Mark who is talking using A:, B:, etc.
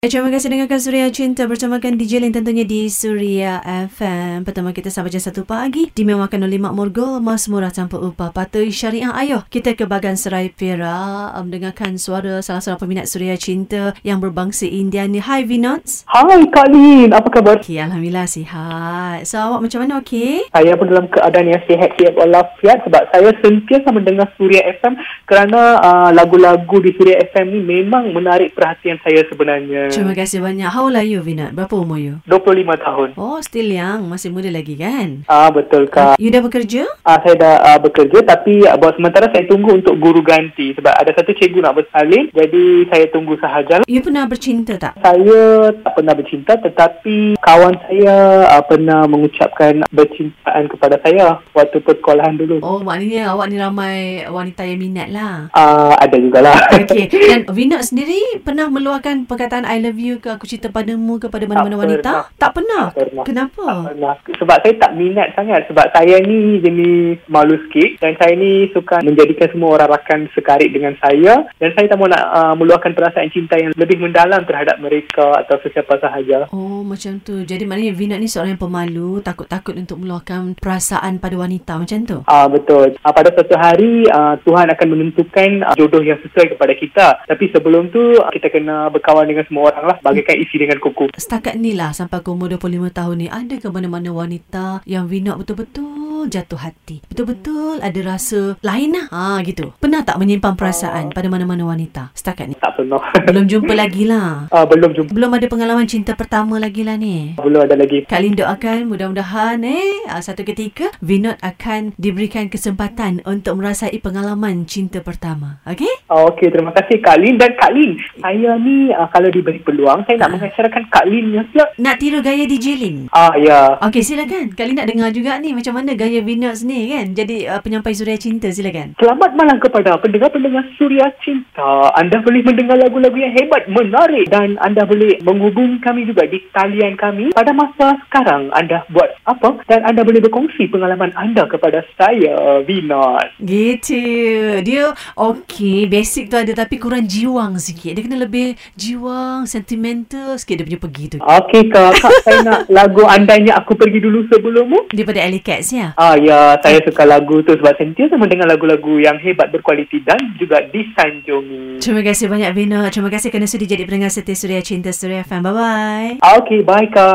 A: Eh, Terima kasih dengarkan Suria Cinta bertemakan DJ Lin tentunya di Suria FM. Pertama kita sampai jam 1 pagi dimewahkan oleh Mak Murgul Mas Murah Tanpa Upah Patuhi Syariah Ayuh. Kita ke Bagan Serai Pira um, dengarkan suara salah seorang peminat Suria Cinta yang berbangsa India ni. Hi Vinots.
B: Hai Kak Lin, apa khabar?
A: Okay, Alhamdulillah sihat. So awak macam mana okey?
B: Saya pun dalam keadaan yang sihat sihat walafiat sebab saya sentiasa mendengar Suria FM kerana uh, lagu-lagu di Suria FM ni memang menarik perhatian saya sebenarnya.
A: Terima kasih banyak. How old are you Vinod? Berapa umur you?
B: 25 tahun.
A: Oh still young. Masih muda lagi kan?
B: Ah betul Kak.
A: You dah bekerja?
B: Ah saya dah ah, bekerja tapi ah, buat sementara saya tunggu untuk guru ganti sebab ada satu cikgu nak bersalin jadi saya tunggu sahaja. lah.
A: You pernah bercinta tak?
B: Saya tak pernah bercinta tetapi kawan saya ah, pernah mengucapkan bercintaan kepada saya waktu perkolahan dulu.
A: Oh maknanya awak ni ramai wanita yang minat lah.
B: Ah ada jugalah.
A: Okey, dan Vinod sendiri pernah meluahkan perkataan I love you ke aku cinta padamu kepada mana-mana
B: Tak
A: wanita?
B: pernah.
A: Tak pernah.
B: Tak pernah.
A: Kenapa?
B: Pernah. Sebab saya tak minat sangat Sebab saya ni jenis malu sikit Dan saya ni suka menjadikan semua orang rakan sekarit dengan saya Dan saya tak mau nak uh, meluahkan perasaan cinta yang lebih mendalam terhadap mereka Atau sesiapa sahaja
A: Oh, macam tu. Jadi maknanya Vinod ni seorang yang pemalu, takut-takut untuk meluahkan perasaan pada wanita macam tu.
B: Ah betul. Ah, pada suatu hari ah, Tuhan akan menentukan ah, jodoh yang sesuai kepada kita. Tapi sebelum tu ah, kita kena berkawan dengan semua orang lah bagaikan isi dengan kuku.
A: Setakat ni lah sampai ke umur 25 tahun ni ada ke mana-mana wanita yang Vinod betul-betul jatuh hati. Betul-betul ada rasa lain lah. Ha, gitu. Pernah tak menyimpan
B: Ah.
A: perasaan pada mana-mana wanita setakat ni?
B: Tak pernah.
A: Belum jumpa lagi lah.
B: ah, belum jumpa.
A: Belum ada pengalaman cinta pertama lagi lah ni.
B: Belum ada lagi.
A: Kak Lin doakan mudah-mudahan eh ah, satu ketika Vinod akan diberikan kesempatan untuk merasai pengalaman cinta pertama. Okey?
B: Oh, Okey, terima kasih Kak Lin dan Kak Lin. Saya ni uh, kalau diberi peluang, saya nak mengacarakan Kak Lin yang siap.
A: Nak tiru gaya DJ Lin.
B: Ah, ya.
A: Okey, silakan. Kak Lin nak dengar juga ni macam mana gaya Vinod ni kan. Jadi uh, penyampai suria cinta silakan.
B: Selamat malam kepada pendengar-pendengar Suria Cinta. Anda boleh mendengar lagu-lagu yang hebat, menarik dan anda boleh menghubungi kami juga di talian kami. Pada masa sekarang, anda buat apa dan anda boleh berkongsi pengalaman anda kepada saya, Vinod.
A: Gitu. Dia okey, basic tu ada tapi kurang jiwang sikit. Dia kena lebih jiwang, sentimental sikit dia punya pergi tu.
B: Okey, Kak. Kak, saya nak lagu andainya aku pergi dulu sebelummu.
A: Daripada Alley Cats ya.
B: Ah ya, saya suka lagu tu sebab sentiasa mendengar lagu-lagu yang hebat berkualiti dan juga disanjungi.
A: Terima kasih banyak Vinod. Terima kasih kerana sudi jadi pendengar setia Suria Cinta Suria FM. Bye-bye.
B: Ah, Okey, bye Kak.